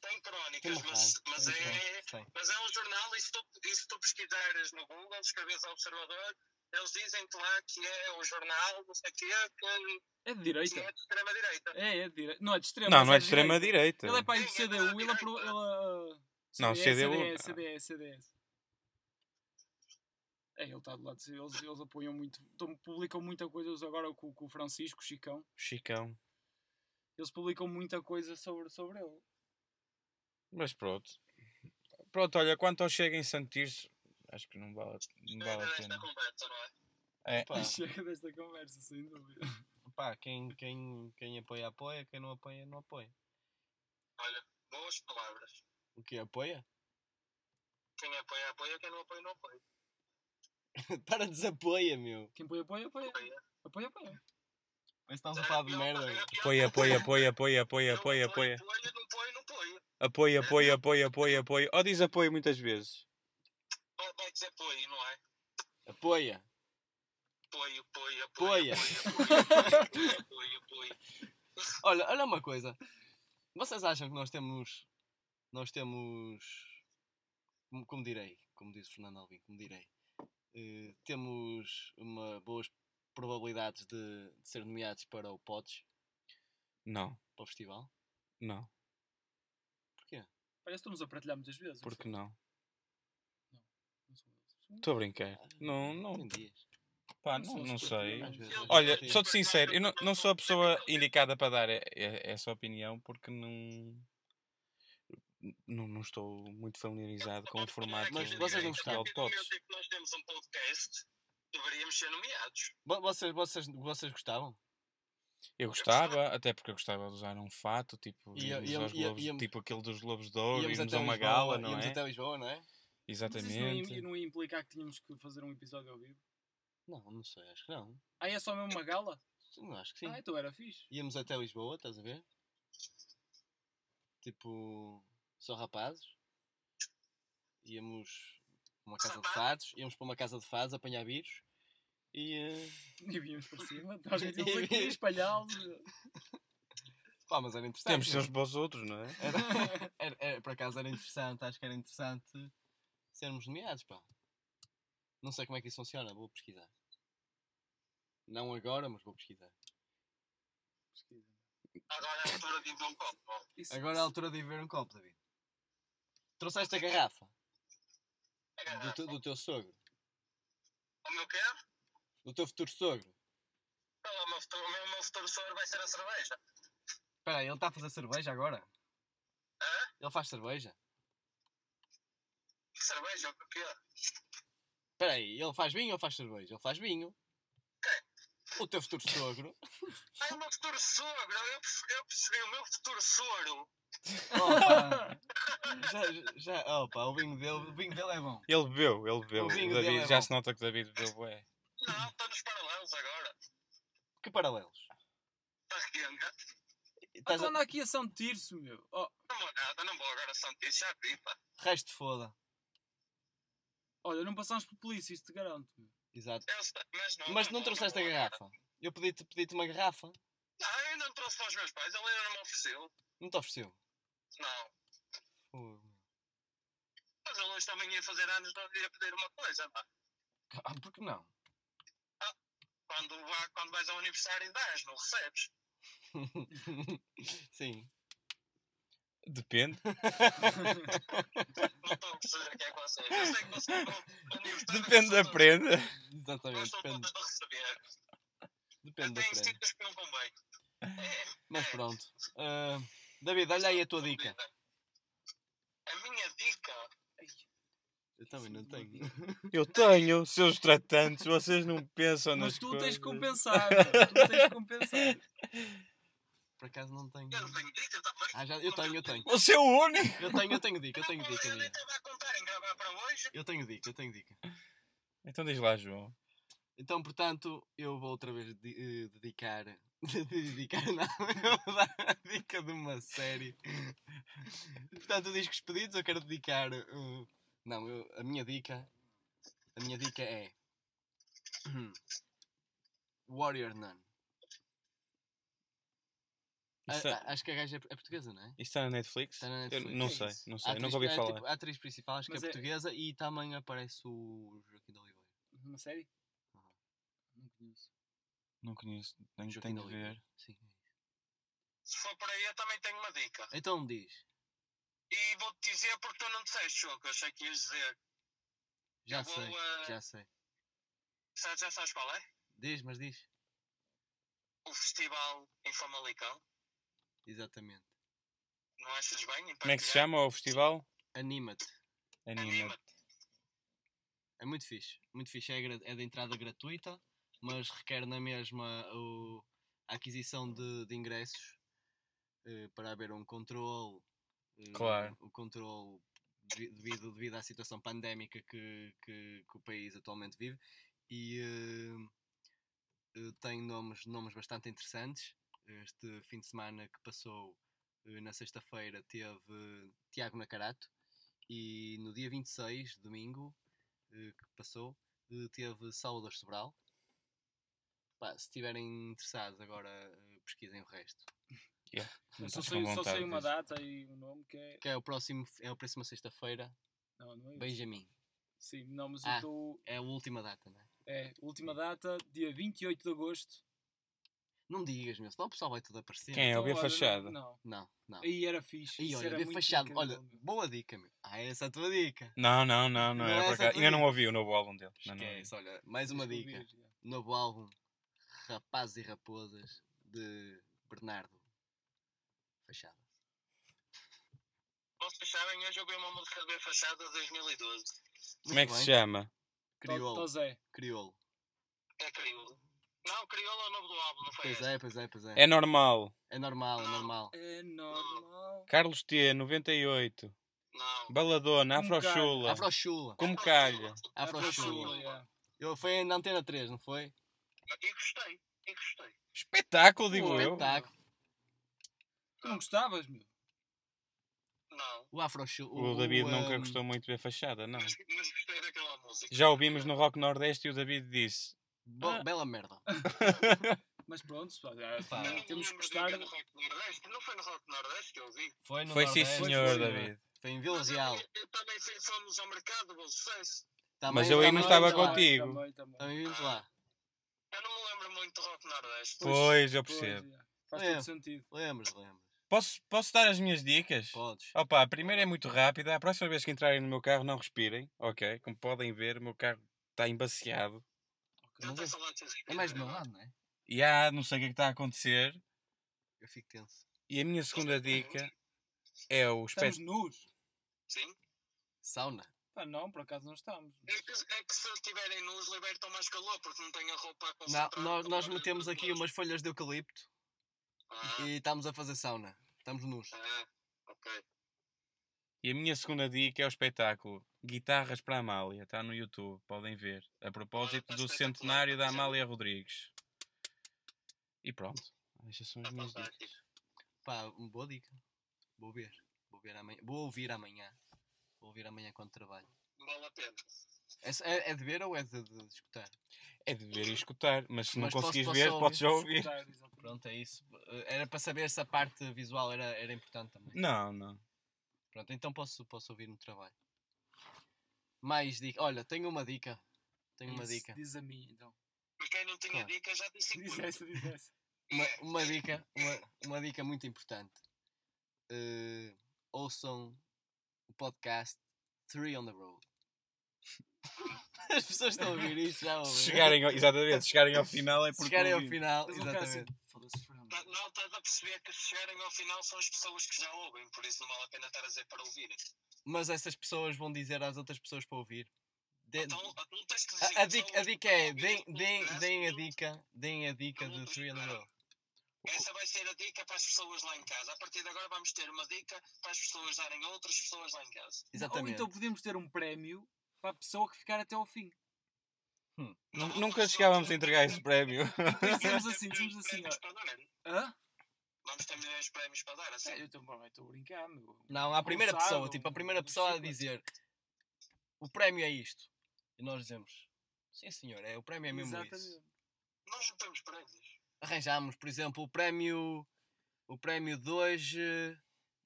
S5: Tem
S3: Tem
S5: crónicas,
S3: uma
S5: mas,
S3: rádio,
S5: mas
S3: tem
S5: é.
S3: jornal, tem.
S5: Mas é um jornal e se tu, e se tu pesquisares no Google, escreves ao Observador, eles dizem-te lá que é o jornal, não sei o quê, que,
S2: É de
S5: que é
S2: direita.
S5: de extrema-direita.
S2: É, é de direita. Não é de extrema.
S4: Não,
S2: mas
S4: não é de
S2: direita.
S4: extrema-direita.
S2: Ele é pai do
S5: Sim, é de
S2: CDU, ele aprovou.
S5: direita.
S2: Ele, eh,
S4: Não,
S2: CDS,
S4: CDU, não.
S2: CDS, CDS. É, ele está do lado. de- Eles, eles apoiam muito. tão- Publicam muita coisa eles agora com, com o Francisco, o Chicão.
S4: Chicão.
S2: Eles publicam muita coisa sobre, sobre ele.
S4: Mas pronto. Pronto, olha, quanto ao Chega em Santirso, acho que não vale, não vale
S5: Era
S4: a
S5: desta
S4: pena.
S5: conversa, não é?
S4: É.
S3: Pá,
S2: Chega desta conversa, sem dúvida.
S3: pá, quem, quem, quem apoia, apoia. Quem não apoia, não apoia.
S5: Olha, boas palavras.
S3: O que apoia?
S5: Quem apoia, apoia, quem não apoia, não apoia.
S3: Para desapoia, meu.
S2: Quem apoia, apoia, apoia.
S5: Apoia.
S2: Apoia, apoia.
S3: Mas estamos
S5: É,
S3: a falar de merda, meu.
S4: Apoia, apoia, apoia, apoia, apoia, apoia, apoia.
S5: Apoia, não apoia, não apoia.
S4: Apoio, apoio, apoio, apoio, apoio. Ou Oh, diz apoio muitas vezes.
S5: Vai- Vai dizer apoio, não é?
S3: Apoia.
S5: Apoio, apoio,
S3: Apoia.
S5: apoio. Apoio, apoio, apoio.
S3: Olha, olha uma coisa. Vocês acham que nós temos. Nós temos. Como, como direi, como disse Fernando Alvim, como direi. eh, temos uma boas probabilidades de, de ser nomeados para o POTS,
S4: Não,
S3: para o festival.
S4: não.
S3: Porquê?
S2: Parece que estamos a partilhar muitas vezes. não
S4: Porque não?
S2: sei. Não sei.
S4: Estou a brincar. Não, não,
S3: um Ah, Tem dias.
S4: pá,
S2: Não
S4: não,
S2: sou
S4: não sei.
S2: especialista.
S4: Olha,
S3: Sim.
S4: sou-te sincero, eu não, não sou a pessoa indicada para dar e- e- essa opinião porque não. Não, não estou muito familiarizado com o formato
S3: Mas
S4: do
S3: vocês não
S4: Festival de
S5: Podes.
S4: Potes.
S5: que nós temos um podcast deveríamos ser nomeados.
S3: Vo- Vocês, vocês, vocês gostavam?
S4: Eu gostava, até porque eu gostava de usar um fato, tipo,
S3: Ia-
S4: irmos
S3: ia-
S4: aos
S3: ia-
S4: Globos-
S3: ia-
S4: tipo aquele dos Globos de Ouro, irmos,
S3: até
S4: a uma
S3: Lisboa,
S4: gala, não
S3: íamos
S4: é?
S3: até Lisboa, não é?
S2: Mas isso não
S4: Exatamente.
S2: ia, não ia implicar que tínhamos que fazer um episódio ao vivo?
S3: Não, não sei, acho que não.
S2: Ah, é só mesmo uma gala?
S3: Não, acho que sim.
S2: Ah, então era fixe.
S3: Íamos até Lisboa, estás a ver? Tipo, só rapazes. Íamos para uma casa de fados, íamos para uma casa de fados apanhar vírus e. eh,
S2: E vínhamos para cima, Então, nós metemos aqui, espalhá-los.
S3: Pá, mas era interessante.
S4: Temos
S3: não
S4: seus para os outros, não é?
S3: é? era, era, era- Por acaso era interessante, acho que era interessante sermos nomeados, pá. Não sei como é que isso funciona, vou pesquisar. Não agora, mas vou pesquisar.
S5: Agora é a altura de ir para um copo.
S2: Isso- Ah,
S3: Agora é a altura de ir ver um copo, David. Trouxeste a garrafa
S5: É
S3: do,
S5: garrafa.
S3: teu- do teu sogro,
S5: Como eu quero,
S3: do teu futuro sogro.
S5: Então, o meu futuro, o meu- o meu futuro soro vai ser a cerveja.
S3: Espera aí, ele está a fazer cerveja agora? Ele faz cerveja?
S5: Que cerveja? O que é?
S3: Espera aí, ele faz vinho ou faz cerveja? Ele faz vinho. O teu futuro sogro.
S5: Ai, o meu futuro sogro, eu, perce- eu percebi, o meu futuro soro.
S3: Opa! já, já, opa, o vinho dele, o vinho dele é bom.
S4: Ele bebeu, ele bebeu.
S3: O vinho
S4: O
S3: dele
S4: David,
S3: é
S4: já
S3: bom.
S4: se nota que o David bebeu, bué.
S5: Não, estou nos paralelos agora.
S3: Que paralelos.
S5: Está requenga.
S3: Estás
S2: Então
S3: a...
S2: anda aqui a São Tirso, meu. Oh,
S5: Não vou nada, não vou agora sentir, já vi, pá.
S3: Resto de foda.
S2: olha, não passámos por polícia, isto te garanto. meu.
S3: Exato.
S5: Eu sei, mas não.
S3: Mas não
S5: vou,
S3: trouxeste a
S5: vou agora.
S3: garrafa. Eu pedi-te pedi uma garrafa.
S5: Não, eu não trouxe para os meus pais, ele ainda não me ofereceu.
S3: Não te ofereceu.
S5: Não.
S3: Fogo.
S5: Mas a Luís também ia fazer anos, não lhe ia pedir uma coisa, pá.
S3: Ah, por que não?
S5: Quando, vá, quando vais ao aniversário dás, não recebes.
S3: Sim.
S4: Depende.
S5: Não estou a perceber o que é que vocês. Eu sei que vocês vão ao aniversário.
S4: Depende da
S5: vocês
S4: prenda.
S5: estão-
S3: Exatamente.
S5: Vocês estão
S3: Depende,
S5: todos a receber. Eu
S3: depende da
S5: tenho
S3: prenda.
S5: sítios que não convém. É,
S3: Mas pronto. Ah, David, olha aí a tua dica.
S5: A minha dica.
S3: Eu também não tenho.
S4: Eu tenho, seus tratantes, vocês não pensam
S2: Mas
S4: Então,
S2: tu
S4: nas
S2: tens
S4: coisas.
S2: que compensar, meu. tu tens que compensar.
S3: Por acaso não tenho.
S5: Eu não tenho dica também.
S3: Ah, já, eu tenho, eu tenho.
S4: Você é o único.
S3: Eu tenho, eu tenho dica, eu tenho
S5: Não,
S3: dica,
S5: Eu nem
S3: minha.
S5: estava a contar em gravar para hoje.
S3: Eu tenho dica, eu tenho dica.
S4: Então diz lá, João.
S3: Então, portanto, eu vou outra vez de- eh, dedicar. dedicar, não. Eu vou dar a dica de uma série. Portanto, discos pedidos, eu quero dedicar. eh, não, eu- a minha dica. A minha dica é. Warrior Nun. A-
S4: Isso,
S3: a- acho que a gaja é é portuguesa, não é?
S4: isso está na Netflix?
S3: Está na
S4: Eu
S3: Netflix.
S4: não
S2: Que
S4: sei,
S2: é isso?
S4: não
S3: A
S4: sei, nunca
S3: atriz-
S4: ouvi
S3: é,
S4: falar.
S3: tipo, a atriz principal acho que é,
S2: Mas é-
S3: portuguesa e também aparece o Joaquim de Oliveira.
S2: Uma série? Não conheço.
S4: Não conheço, tenho,
S3: Joaquim
S4: tenho
S3: de
S4: de
S3: Oliveira.
S4: ver.
S3: Sim.
S5: Se for por aí, eu também tenho uma dica.
S3: Então diz.
S5: E vou-te dizer porque tu não disseste, João, que eu achei que ias dizer.
S3: Já
S5: eu vou,
S3: sei.
S5: eh,
S3: Já sei.
S5: já, já sabes qual é?
S3: Diz, mas diz.
S5: O festival em Famalicão.
S3: Exatamente.
S5: Não achas bem?
S4: Como é que
S5: em
S4: se
S5: partilhar?
S4: chama o festival?
S3: Anima-te.
S4: Anima.
S3: É muito fixe. Muito fixe. É, gra- é de entrada gratuita, mas requer na mesma o- a aquisição de, de ingressos eh, para haver um controle. eh,
S4: Claro.
S3: O controle devi- devido, devido à situação pandémica que, que, que o país atualmente vive. E eh, eh, tem nomes, nomes bastante interessantes. Este fim de semana que passou, eh, na sexta-feira, teve eh, Tiago Nacarato. E no dia 26, domingo, eh, que passou, eh, teve Salvador Sobral. Pá, se estiverem interessados, agora eh, pesquisem o resto.
S4: Não
S2: Eu só
S4: estás
S2: sei,
S4: com
S2: só
S4: vontade
S2: sei uma
S4: disso.
S2: data e um nome que é.
S3: Que é o próximo, é a próxima sexta-feira,
S2: Não, não é isso.
S3: Benjamin.
S2: Sim, não, mas
S3: Ah.
S2: eu estou.
S3: É a última data, não é?
S2: É, última data, dia 28 de agosto.
S3: Não digas, meu, senão o pessoal vai tudo aparecer.
S4: Quem é?
S2: Então,
S4: o Bia
S2: olha,
S4: Fachada?
S2: Não.
S3: Não, não. E,
S2: Aí era fixe. isso
S3: olha,
S2: era
S3: ver
S2: muito
S3: fachado.
S2: incrível,
S3: Olha,
S2: meu.
S3: boa dica, meu. Ah, essa é a tua dica.
S4: Não, não, não, não.
S3: Não, é
S4: era por
S3: essa
S4: acaso.
S3: tua
S4: Ainda não
S3: dica.
S4: ouvi o novo álbum dele. Não, é não ouvi.
S3: Esquece, olha, mais uma
S2: Tens que
S3: dica.
S2: ouvir, já.
S3: Novo álbum, Rapazes e Raposas, de Bernardo Fachado.
S5: Vocês sabem, hoje eu vi uma música de B Fachada de 2012.
S4: Como é que se chama?
S2: Tó-
S3: Crioulo.
S2: Tó Zé.
S3: Crioulo.
S5: É crioulo. Não, crioulo é o nome do álbum, não foi
S3: Pois
S5: esse?
S3: é, pois é, pois é.
S4: É normal.
S3: É normal, é normal.
S2: É normal.
S4: Carlos T, 98.
S3: é.
S5: Não.
S3: Um
S5: É
S4: Baladona,
S2: Como
S4: Afrochula.
S3: Afrochula.
S4: Como calha.
S3: Afrochula.
S2: é.
S3: Eu Foi na Antena 3, não foi?
S5: E gostei, e gostei.
S4: Espetáculo, digo
S2: Pô,
S3: Um
S4: eu.
S3: Espetáculo.
S2: Tu não gostavas, meu?
S4: Ah.
S5: Não.
S3: O Afrochula.
S4: O David nunca
S3: ehm,
S4: gostou muito da fachada, não.
S5: Mas, mas gostei daquela música.
S4: Já ouvimos no Rock Nordeste e o David disse.
S3: bo-
S4: Ah.
S3: Bela merda.
S2: Mas pronto, pá, já-
S3: Epá.
S5: Eu não me
S2: temos que
S5: lembro de
S2: gostar.
S5: ver no Rock Nordeste. Não foi no Rock Nordeste que eu vi.
S3: Foi no
S4: Foi sim,
S3: Nordeste,
S4: senhor,
S3: foi-
S4: David.
S3: Foi em Vila Real.
S5: Eu, eu também fui- fomos ao mercado, bom sucesso.
S3: Também-
S4: Mas eu aí
S3: também
S4: não estava
S3: vimos lá.
S4: contigo.
S2: Também, também.
S3: Também vimos lá.
S5: Eu não me lembro muito do Rock Nordeste.
S4: Pois, eu
S2: Pois,
S4: percebo.
S2: já. Faz
S3: É.
S2: todo sentido.
S3: Lembras, lembras.
S4: Posso, posso dar as minhas dicas?
S3: Podes.
S4: Opa, a primeira é muito rápida. A próxima vez que entrarem no meu carro, não respirem. Ok, como podem ver, o meu carro está embaciado.
S5: Eu
S3: Mas
S5: até
S3: é-
S5: falava disso aqui,
S3: É mais do
S5: né?
S3: meu lado, não é?
S4: E há, não sei o que é que está a acontecer.
S3: Eu fico tenso.
S4: E a minha segunda dica é o
S2: Estamos
S4: espetáculo.
S2: nus.
S5: Sim.
S3: Sauna.
S2: Pá, não, por acaso não estamos.
S5: É que, é que se estiverem nus, libertam mais calor, porque não têm a roupa a
S3: Não,
S5: concentrar.
S3: nós, nós
S5: Agora,
S3: metemos aqui
S5: depois-
S3: umas folhas de eucalipto
S5: Ah,
S3: e estamos a fazer sauna. Estamos nus.
S5: ah, ok.
S4: E a minha segunda dica é o espetáculo Guitarras para a Amália. Está no YouTube, podem ver. A propósito
S5: Olha,
S4: do
S5: está espetacular,
S4: centenário da
S5: está já-
S4: Amália Rodrigues. E pronto. Estas são as
S5: Está
S4: minhas
S5: fantástico.
S4: dicas.
S3: Pá, uma boa dica. Vou ver. Vou ver amanhã. Vou ouvir amanhã. Vou ouvir amanhã quando trabalho.
S5: tipo, Vale a pena.
S3: É, s- é- é de ver ou é de, de escutar?
S4: É de ver e escutar, mas se não
S3: Mas posso-
S4: conseguires
S3: posso
S4: ver,
S3: só
S4: podes já
S2: Escutar,
S4: ouvir.
S2: exatamente.
S3: Pronto, é isso. Eh, Era para saber se a parte visual era, era importante também.
S4: Não, não.
S3: Pronto, então posso, posso ouvir no trabalho. Mais dica. Olha, tenho uma dica. Tenho uma
S2: Isso,
S3: dica.
S2: Diz a mim, então.
S5: Mas quem não tinha
S3: Claro.
S5: dica já disse
S2: Diz
S5: que
S2: essa, diz essa.
S3: Uma, uma dica, uma, uma dica muito importante. Eh, ouçam o podcast Three on the Road. As pessoas estão a ouvir isso já. vão ver.
S4: Se chegarem, ao- exatamente, se chegarem ao final é
S3: Se
S4: porque.
S3: chegarem ao
S4: ouvi.
S3: final,
S2: Mas um bocado assim,
S3: exatamente.
S2: foda-se, Fernando.
S5: Tá- Não, estás a perceber que se chegarem ao final são as pessoas que já ouvem, por isso não vale a pena estar a dizer para ouvirem.
S3: Mas essas pessoas vão dizer às outras pessoas para ouvir. De-
S5: Então, não tens que dizer
S3: a, a
S5: que só
S3: dica, a
S5: ouves
S3: dica
S5: para
S3: é,
S5: então ouvir
S3: deem,
S5: este
S3: deem,
S5: podcast,
S3: deem a
S5: não-
S3: dica, deem a
S5: Então
S3: dica do Three on the Road.
S5: Essa vai ser a dica para as pessoas lá em casa. A partir de agora vamos ter uma dica para as pessoas darem a outras pessoas lá em casa.
S2: Ou
S3: Exatamente.
S2: então podemos ter um prémio para a pessoa que ficar até ao fim.
S4: Nu- Nunca chegávamos a entregar esse prémio.
S2: Dizemos assim, dizemos assim,
S5: Prémios para dar, hein?
S2: ó. Hã?
S5: Vamos ter milhões de prémios para dar,
S2: É,
S5: assim.
S2: Eu estou a brincar, meu.
S3: Não, à primeira
S2: sábado,
S3: pessoa, tipo, a primeira
S2: um
S3: pessoa a
S2: chiclete.
S3: dizer o prémio é isto. E nós dizemos, sim senhor, é, o prémio é mesmo isso.
S2: Exatamente.
S5: Nós não temos prémios.
S3: Arranjámos, por exemplo, o prémio. O prémio de hoje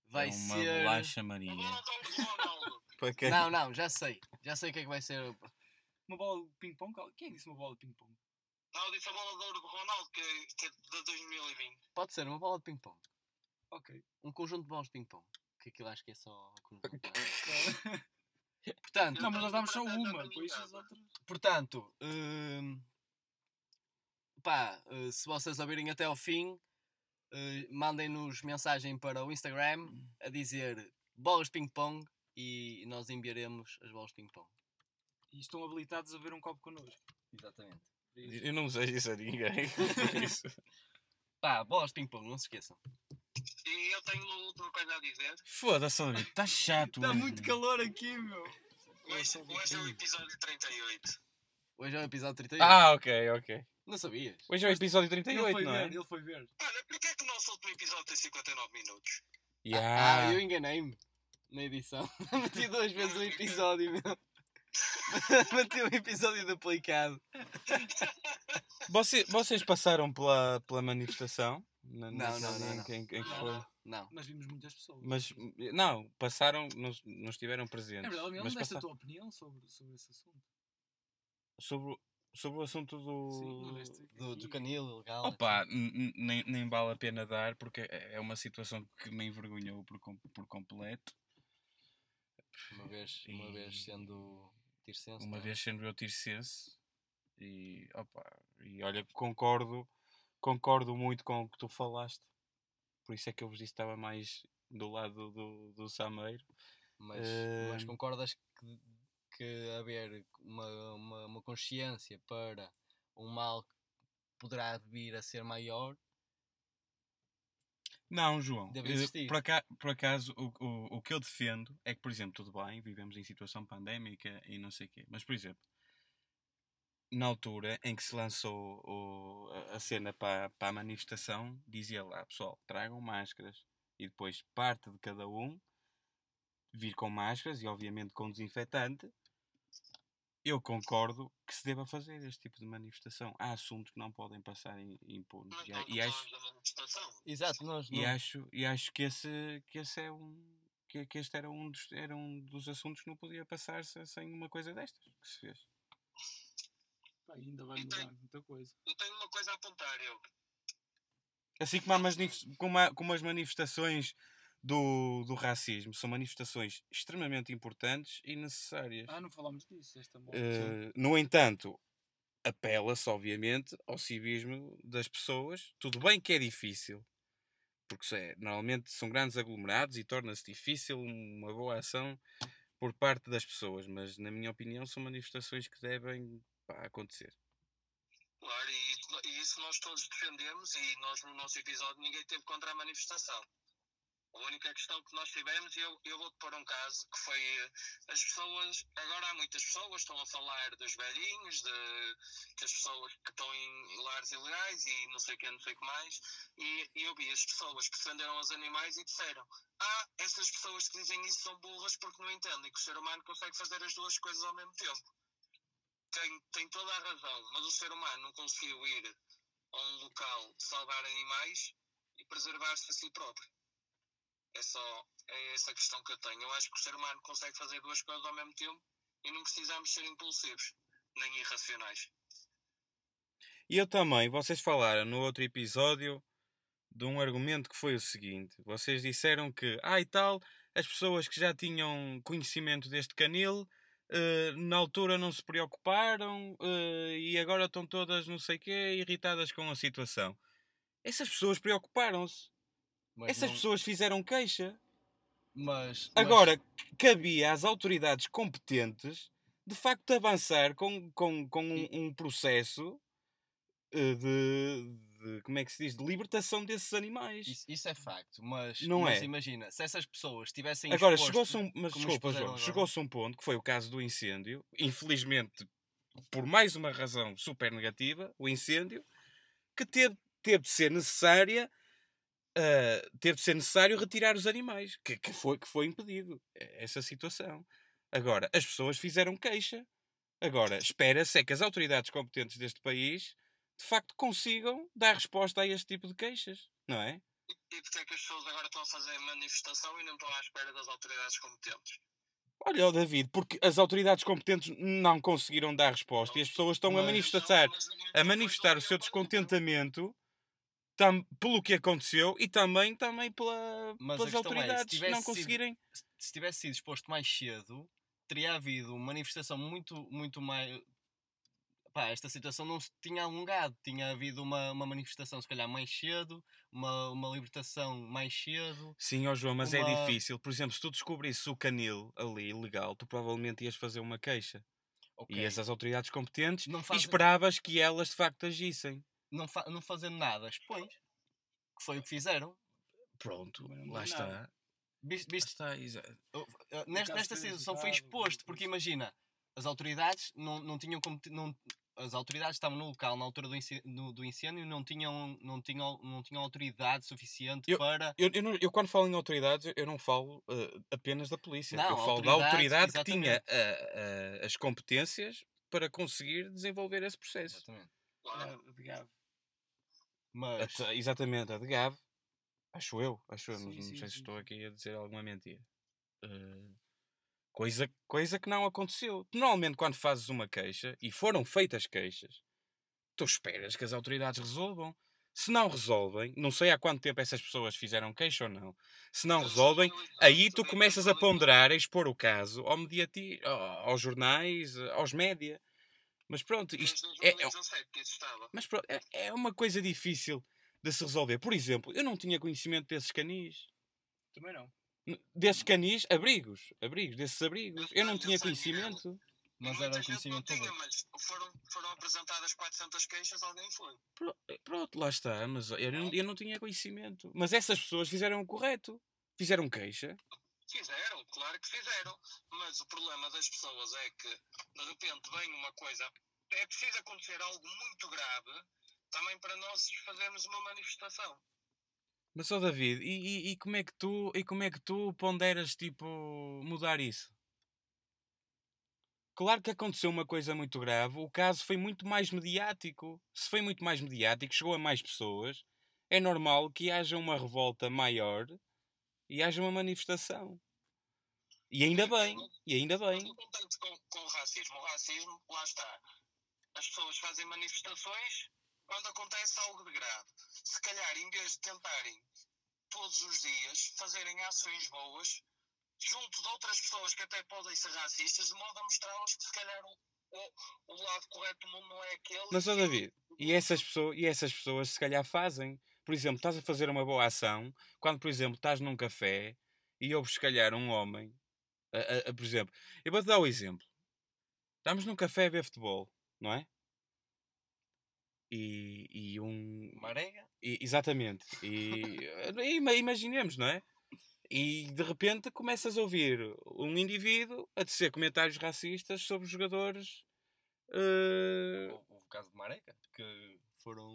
S3: vai
S4: É uma
S3: ser.
S4: bolacha
S5: O
S4: marinha.
S5: Ronaldo Ronaldo.
S4: Para quem-
S3: Não, não, já sei. Já sei o que é que vai ser.
S2: Uma bola de ping-pong? Qual- Quem é que disse uma bola de ping-pong?
S5: Não, disse a bola de ouro do Ronaldo, que, que é de 2020.
S3: Pode ser uma bola de ping-pong.
S2: Ok.
S3: Um conjunto de bolas de ping-pong. Que aquilo acho que é só. conjunto, não é? Portanto,
S2: Não, mas nós damos só
S3: Tá
S2: uma, depois as outras.
S3: Portanto, hum, pá, eh, se vocês ouvirem até ao fim, eh, mandem-nos mensagem para o Instagram a dizer bolas de ping-pong e nós enviaremos as bolas de ping-pong.
S2: E estão habilitados a ver um copo connosco.
S3: Exatamente.
S4: Eu não desejo isso a ninguém. Isso.
S3: Pá, bolas de ping-pong, não se esqueçam.
S5: E eu tenho uma última coisa a dizer.
S4: Foda-se, David, está chato.
S2: Está
S4: hoje,
S2: Tá muito
S4: meu.
S2: calor aqui, meu.
S5: Hoje, hoje é o episódio 38.
S3: Hoje é o episódio 38.
S4: Ah, ok, ok.
S3: Não sabias?
S4: Hoje é o episódio
S2: Ele
S4: 38,
S2: foi
S4: não é?
S2: ver, ele foi ver.
S5: Olha, porquê é que o nosso último episódio tem 59 minutos?
S4: Ya.
S3: Ah, eu enganei-me na edição. Meti duas vezes o episódio, meu. Meti o episódio duplicado.
S4: Você- vocês passaram pela, pela manifestação? Na- na-
S3: Não, não,
S4: na-
S3: não,
S4: em-
S3: não.
S4: em- em que
S5: Não,
S4: foi?
S5: não.
S3: Não.
S2: Mas vimos muitas pessoas.
S4: Mas, não, passaram, não, não estiveram
S2: É
S4: presentes.
S2: verdade, Daniel,
S4: mas
S2: não deste a
S4: passaram-
S2: tua opinião sobre, sobre esse assunto.
S4: sobre, o- sobre o assunto do...
S2: Sim, não deste.
S3: Do,
S2: aqui.
S3: do canil ilegal.
S4: Opa, n- n- nem, nem vale a pena dar, porque é é uma situação que me envergonhou por, com- por completo.
S3: Uma vez, uma vez
S4: E-
S3: sendo Tirsense.
S4: Uma
S3: não é?
S4: vez sendo eu tirsense. E, opa, e olha, concordo, concordo muito com o que tu falaste. Por isso é que eu vos disse que estava mais do lado do, do Sameiro.
S3: Mas, mas
S4: Ehm.
S3: concordas que, que haver uma, uma, uma consciência para um mal que poderá vir a ser maior.
S4: Não, João.
S3: Deve
S4: eh,
S3: existir.
S4: Por aca- por acaso, o, o, o que eu defendo é que, por exemplo, tudo bem, vivemos em situação pandémica e não sei o quê. Mas, por exemplo, na altura em que se lançou o- a- a cena para, para a manifestação, dizia lá, pessoal, tragam máscaras. E depois parte de cada um vir com máscaras e, obviamente, com desinfetante. Eu concordo que se deva fazer este tipo de manifestação. Há assuntos que não podem passar im- impunes.
S5: Mas
S4: E
S5: não
S4: há- e acho,
S5: falamos da manifestação.
S3: Exato, nós
S4: e
S3: não-
S4: acho, e acho que esse, que esse é um. Que, que este era um, dos, era um dos assuntos que não podia passar se- sem uma coisa destas que se fez.
S2: Pá, ainda vai
S5: Então-
S2: mudar muita coisa.
S5: Eu tenho uma coisa a apontar, eu.
S4: Assim como, há manif- como, há- como as manifestações do, do racismo são manifestações extremamente importantes e necessárias.
S2: Ah, não falámos disso esta moto.
S4: Eh, no entanto, apela-se, obviamente, ao civismo das pessoas. Tudo bem que é difícil, porque se é, normalmente são grandes aglomerados e torna-se difícil uma boa ação por parte das pessoas, mas, na minha opinião, são manifestações que devem pá, acontecer.
S5: Claro, e isso, e isso nós todos defendemos e nós no nosso episódio ninguém teve contra a manifestação. A única questão que nós tivemos, e eu, eu vou-te pôr um caso, que foi eh, as pessoas, agora há muitas pessoas, estão a falar dos velhinhos, de que as pessoas que estão em lares ilegais e não sei o que, não sei o que mais, e, e eu vi as pessoas que defenderam os animais e disseram, ah, essas pessoas que dizem isso são burras porque não entendem que o ser humano consegue fazer as duas coisas ao mesmo tempo tem, tem toda a razão, mas o ser humano não conseguiu ir a um local salvar animais e preservar-se a si próprio. É só é essa a questão que eu tenho. Eu acho que o ser humano consegue fazer duas coisas ao mesmo tempo e não precisamos ser impulsivos, nem irracionais.
S4: E eu também, vocês falaram no outro episódio de um argumento que foi o seguinte: vocês disseram que, ah, e tal, as pessoas que já tinham conhecimento deste canil eh, na altura não se preocuparam eh, e agora estão todas não sei quê irritadas com a situação. Essas pessoas preocuparam-se,
S3: mas
S4: essas
S3: não-
S4: pessoas fizeram queixa.
S3: mas- mas-
S4: Agora, c- cabia às autoridades competentes de facto avançar com, com, com um, um processo eh, de, de- como é que se diz, de libertação desses animais.
S3: Isso, isso é facto, mas,
S4: Não
S3: mas
S4: é.
S3: imagina, se essas pessoas tivessem
S4: Agora,
S3: assim, exposto-
S4: chegou-se um, mas
S3: como
S4: desculpa,
S3: expuseram
S4: João,
S3: agora.
S4: chegou-se um ponto que foi o caso do incêndio, infelizmente, por mais uma razão super negativa, o incêndio, que teve, teve de ser necessária. ah, teve de ser necessário retirar os animais, que, que foi, que foi impedido é essa situação. Agora, as pessoas fizeram queixa. Agora, espera-se é que as autoridades competentes deste país de facto consigam dar resposta a este tipo de queixas, não é?
S5: E, e porque é que as pessoas agora estão a fazer manifestação e não estão à espera das autoridades competentes?
S4: Olha, ó David, porque as autoridades competentes não conseguiram dar resposta e as pessoas estão a
S3: Mas-
S4: manifestar,
S5: Mas não- mas não foi
S4: a manifestar
S5: do
S4: o seu
S5: meu partido.
S4: descontentamento tam- pelo que aconteceu e também, também pela,
S3: Mas a
S4: pelas
S3: questão é, se
S4: autoridades
S3: tivesse
S4: não
S3: sido-
S4: conseguirem.
S3: se- se tivesse sido exposto mais cedo, teria havido uma manifestação muito, muito mais. Pá, esta situação não se tinha alongado. Tinha havido uma, uma manifestação, se calhar, mais cedo, uma, uma libertação mais cedo.
S4: Sim, ó João, mas é
S3: uma-
S4: difícil. Por exemplo, se tu descobrisses o canil ali ilegal, tu provavelmente ias fazer uma queixa.
S3: Ok.
S4: E essas autoridades competentes
S3: Não
S4: e
S3: fazem-
S4: esperavas que elas de facto agissem.
S3: Não, fa não fazendo nada, expões. Que foi o que fizeram.
S4: Pronto,
S2: Mas não
S4: lá
S2: diz
S4: está.
S2: nada.
S3: Vis-
S4: Lá
S3: viste-
S4: está, exa-
S3: Uh, uh, nesta,
S2: caso
S3: nesta
S2: ter
S3: situação
S2: ajudado,
S3: foi
S2: alguma
S3: exposto, porque
S2: coisa.
S3: imagina, as autoridades não, não tinham como. ti- Não, as autoridades estavam no local na altura do incê- no- do incêndio, não tinham, não tinham, não tinham autoridade suficiente para.
S4: Eu, eu, não- eu quando falo em autoridades, eu- eu não falo eh, apenas da polícia. eu
S3: Não,
S4: falo da autoridade
S3: autoridades,
S4: que tinha ah, ah, as competências para conseguir desenvolver esse processo.
S3: Exatamente.
S5: Claro.
S2: Ah, de Gav.
S3: Mas,
S4: Até- exatamente, a de Gav. Acho eu, acho eu,
S2: Sim,
S4: não, não
S2: sim,
S4: sei se
S2: sim,
S4: estou
S2: sim.
S4: aqui a dizer alguma mentira. Eh, coisa, coisa que não aconteceu. Normalmente, quando fazes uma queixa, e foram feitas queixas, tu esperas que as autoridades resolvam. Se não resolvem, não sei há quanto tempo essas pessoas fizeram queixa ou não, se não resolvem, Aí tu começas a ponderar, a expor o caso ao mediati, ao- aos jornais, aos média. Mas pronto, isto é, é-
S5: 2017 que isso estava.
S4: mas pronto, é- é uma coisa difícil de se resolver. Por exemplo, eu não tinha conhecimento desses canis.
S2: Também não.
S4: N- Desses canis, abrigos, abrigos, desses abrigos. Eu não tinha conhecimento.
S3: Mas
S5: Muita
S3: era um
S5: gente não
S3: conhecimento
S5: tinha,
S3: público.
S5: mas foram, foram apresentadas 400 queixas, alguém foi.
S4: Pro- Eh, Pronto, lá está. Mas eu não, eu não tinha conhecimento. Mas essas pessoas fizeram o correto. Fizeram queixa.
S5: Fizeram, claro que fizeram. Mas o problema das pessoas é que, de repente, vem uma coisa. É preciso acontecer algo muito grave também para nós fazermos uma manifestação.
S4: Mas, ó David, e, e- e como é que tu, e como é que tu ponderas, tipo, mudar isso? Claro que aconteceu uma coisa muito grave, o caso foi muito mais mediático. Se foi muito mais mediático, chegou a mais pessoas, é normal que haja uma revolta maior e haja uma manifestação. E ainda bem, e ainda
S5: Mas
S4: bem.
S5: não tem tanto com, com o racismo. O racismo, lá está. As pessoas fazem manifestações quando acontece algo de grave. Se calhar, em vez de tentarem todos os dias fazerem ações boas junto de outras pessoas que até podem ser racistas, de modo a mostrar-lhes que se calhar o, o- o lado correto do mundo não é aquele.
S4: Mas, ó
S5: que-
S4: David, E essas, pessoas, e essas pessoas se calhar fazem. Por exemplo, estás a fazer uma boa ação, quando, por exemplo, estás num café e ouves se calhar um homem, a- a- a- por exemplo, eu vou-te dar o exemplo. Estamos num café a ver futebol, não é? E, e um.
S3: Marega?
S4: e- exatamente. E, eh, e ima- imaginemos, não é? E de repente começas a ouvir um indivíduo a tecer comentários racistas sobre os jogadores. eh,
S3: Houve o caso de Marega, que foram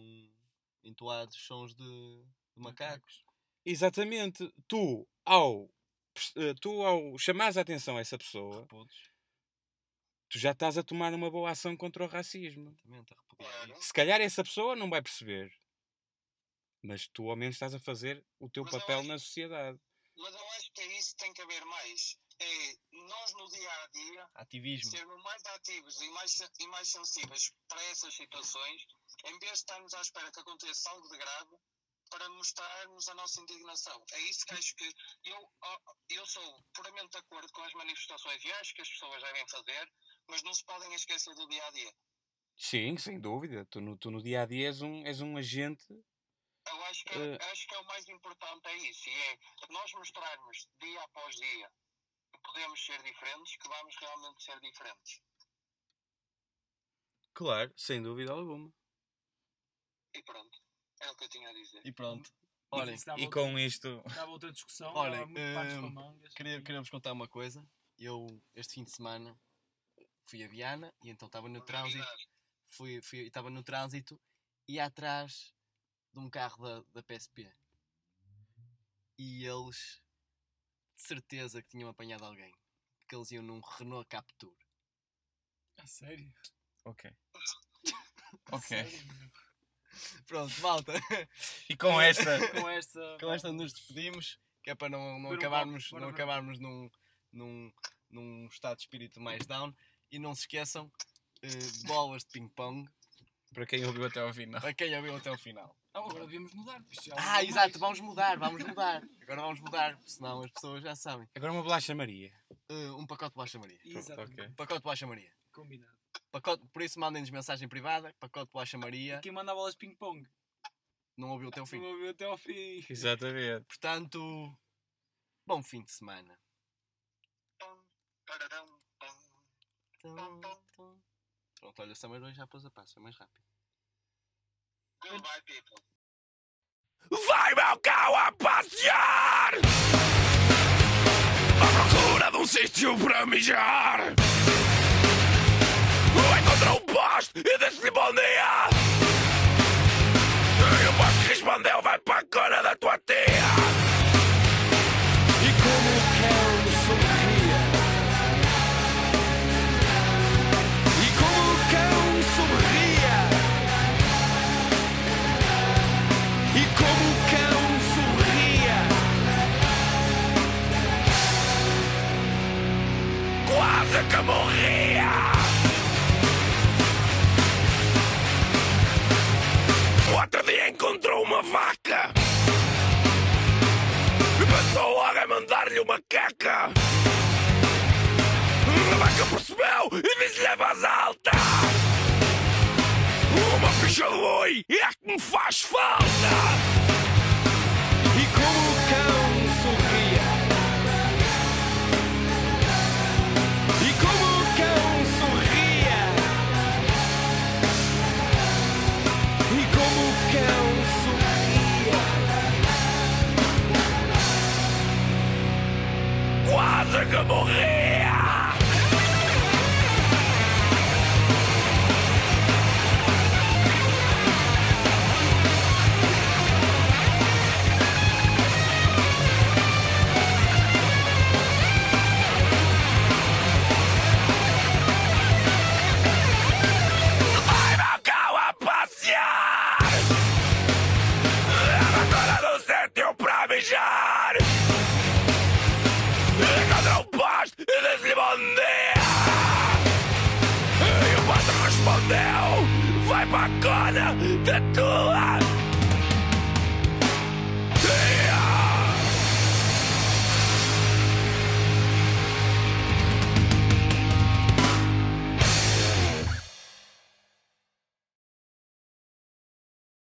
S3: entoados sons de, de macacos.
S4: Exatamente. Tu, ao, pers- eh, tu, ao chamares a atenção a essa pessoa,
S3: Repudos.
S4: tu já estás a tomar uma boa ação contra o racismo.
S3: Exatamente, a repudiar
S5: Claro.
S3: isso.
S4: Se calhar essa pessoa não vai perceber. Mas tu, ao menos, estás a fazer o teu
S5: Mas eu
S4: papel
S5: acho-
S4: na sociedade.
S5: Mas eu acho que é isso que tem que haver mais. É nós, no dia a dia,
S3: Ativismo.
S5: sermos mais ativos e mais, e mais sensíveis para essas situações, em vez de estarmos à espera que aconteça algo de grave, para mostrarmos a nossa indignação. É isso que acho que eu, ó, eu sou puramente de acordo com as manifestações e acho que as pessoas devem fazer, mas não se podem esquecer do dia a dia.
S4: Sim, sem dúvida. Tu, no, tu no dia a dia és um, és um agente.
S5: Eu acho que,
S4: Eh.
S5: acho que é o mais importante é isso, e é nós mostrarmos dia após dia que podemos ser diferentes, que vamos realmente ser diferentes.
S4: Claro, sem dúvida alguma.
S5: E pronto, é o que eu tinha a dizer.
S3: E pronto. Olhem,
S2: Isso dava
S4: E
S2: outra-
S4: com isto.
S2: dava outra discussão.
S3: Olhem,
S2: dava muito panos
S3: hum,
S2: para mangas.
S3: queria, queria vos contar uma coisa. Eu, este fim de semana, fui a Viana e então estava no trânsito. Fui, fui, estava no trânsito e ia atrás de um carro da, da PSP. E eles, de certeza que tinham apanhado alguém. Porque eles iam num Renault Captur.
S2: A sério?
S4: Ok.
S2: A
S4: Ok.
S2: sério, meu?
S3: Pronto, malta.
S4: E com esta.
S2: Com esta.
S3: Com Então esta nos despedimos, que é para não,
S2: Beber um
S3: não
S2: copo,
S3: acabarmos,
S2: bora
S3: não
S2: beber um
S3: acabarmos num, num, num estado de espírito mais down. E não se esqueçam, eh, bolas de ping-pong,
S4: Para quem ouviu até ao final.
S3: para quem ouviu até o final.
S2: Ah, agora devíamos mudar. porque isto já
S3: Ah,
S2: mudou
S3: exato,
S2: mais.
S3: vamos mudar, vamos mudar. Agora vamos mudar, senão as pessoas já sabem.
S4: Agora uma bolacha Maria.
S3: Eh, um pacote de baixa Maria.
S2: Exatamente.
S4: Ok.
S3: Um pacote de baixa Maria.
S2: Combinado.
S3: Pacote, por isso mandem-nos mensagem privada, pacote de baixa Maria,
S2: Quem manda bolas de ping-pong?
S3: não ouviu até o
S2: Não
S3: fim.
S2: ouviu até ao fim.
S4: Exatamente.
S3: Portanto, bom fim de semana. Pronto, olha, o Summer hoje já pôs a passo, é mais rápido.
S5: Goodbye, people.
S1: Vai meu carro a passear À procura de um sítio para mijar Encontrou um poste e disse-lhe bom dia E o poste respondeu vai para a cona da tua tia E como o cão sorria E como o cão sorria e como o cão sorria. Quase que morria. Outro dia encontrou uma vaca e passou logo a mandar-lhe uma caca. A vaca percebeu e disse-lhe a voz alta. Uma ficha de boi é que me faz falta E como o cão sorria E como o cão sorria fudeu, vai para a cona da é tua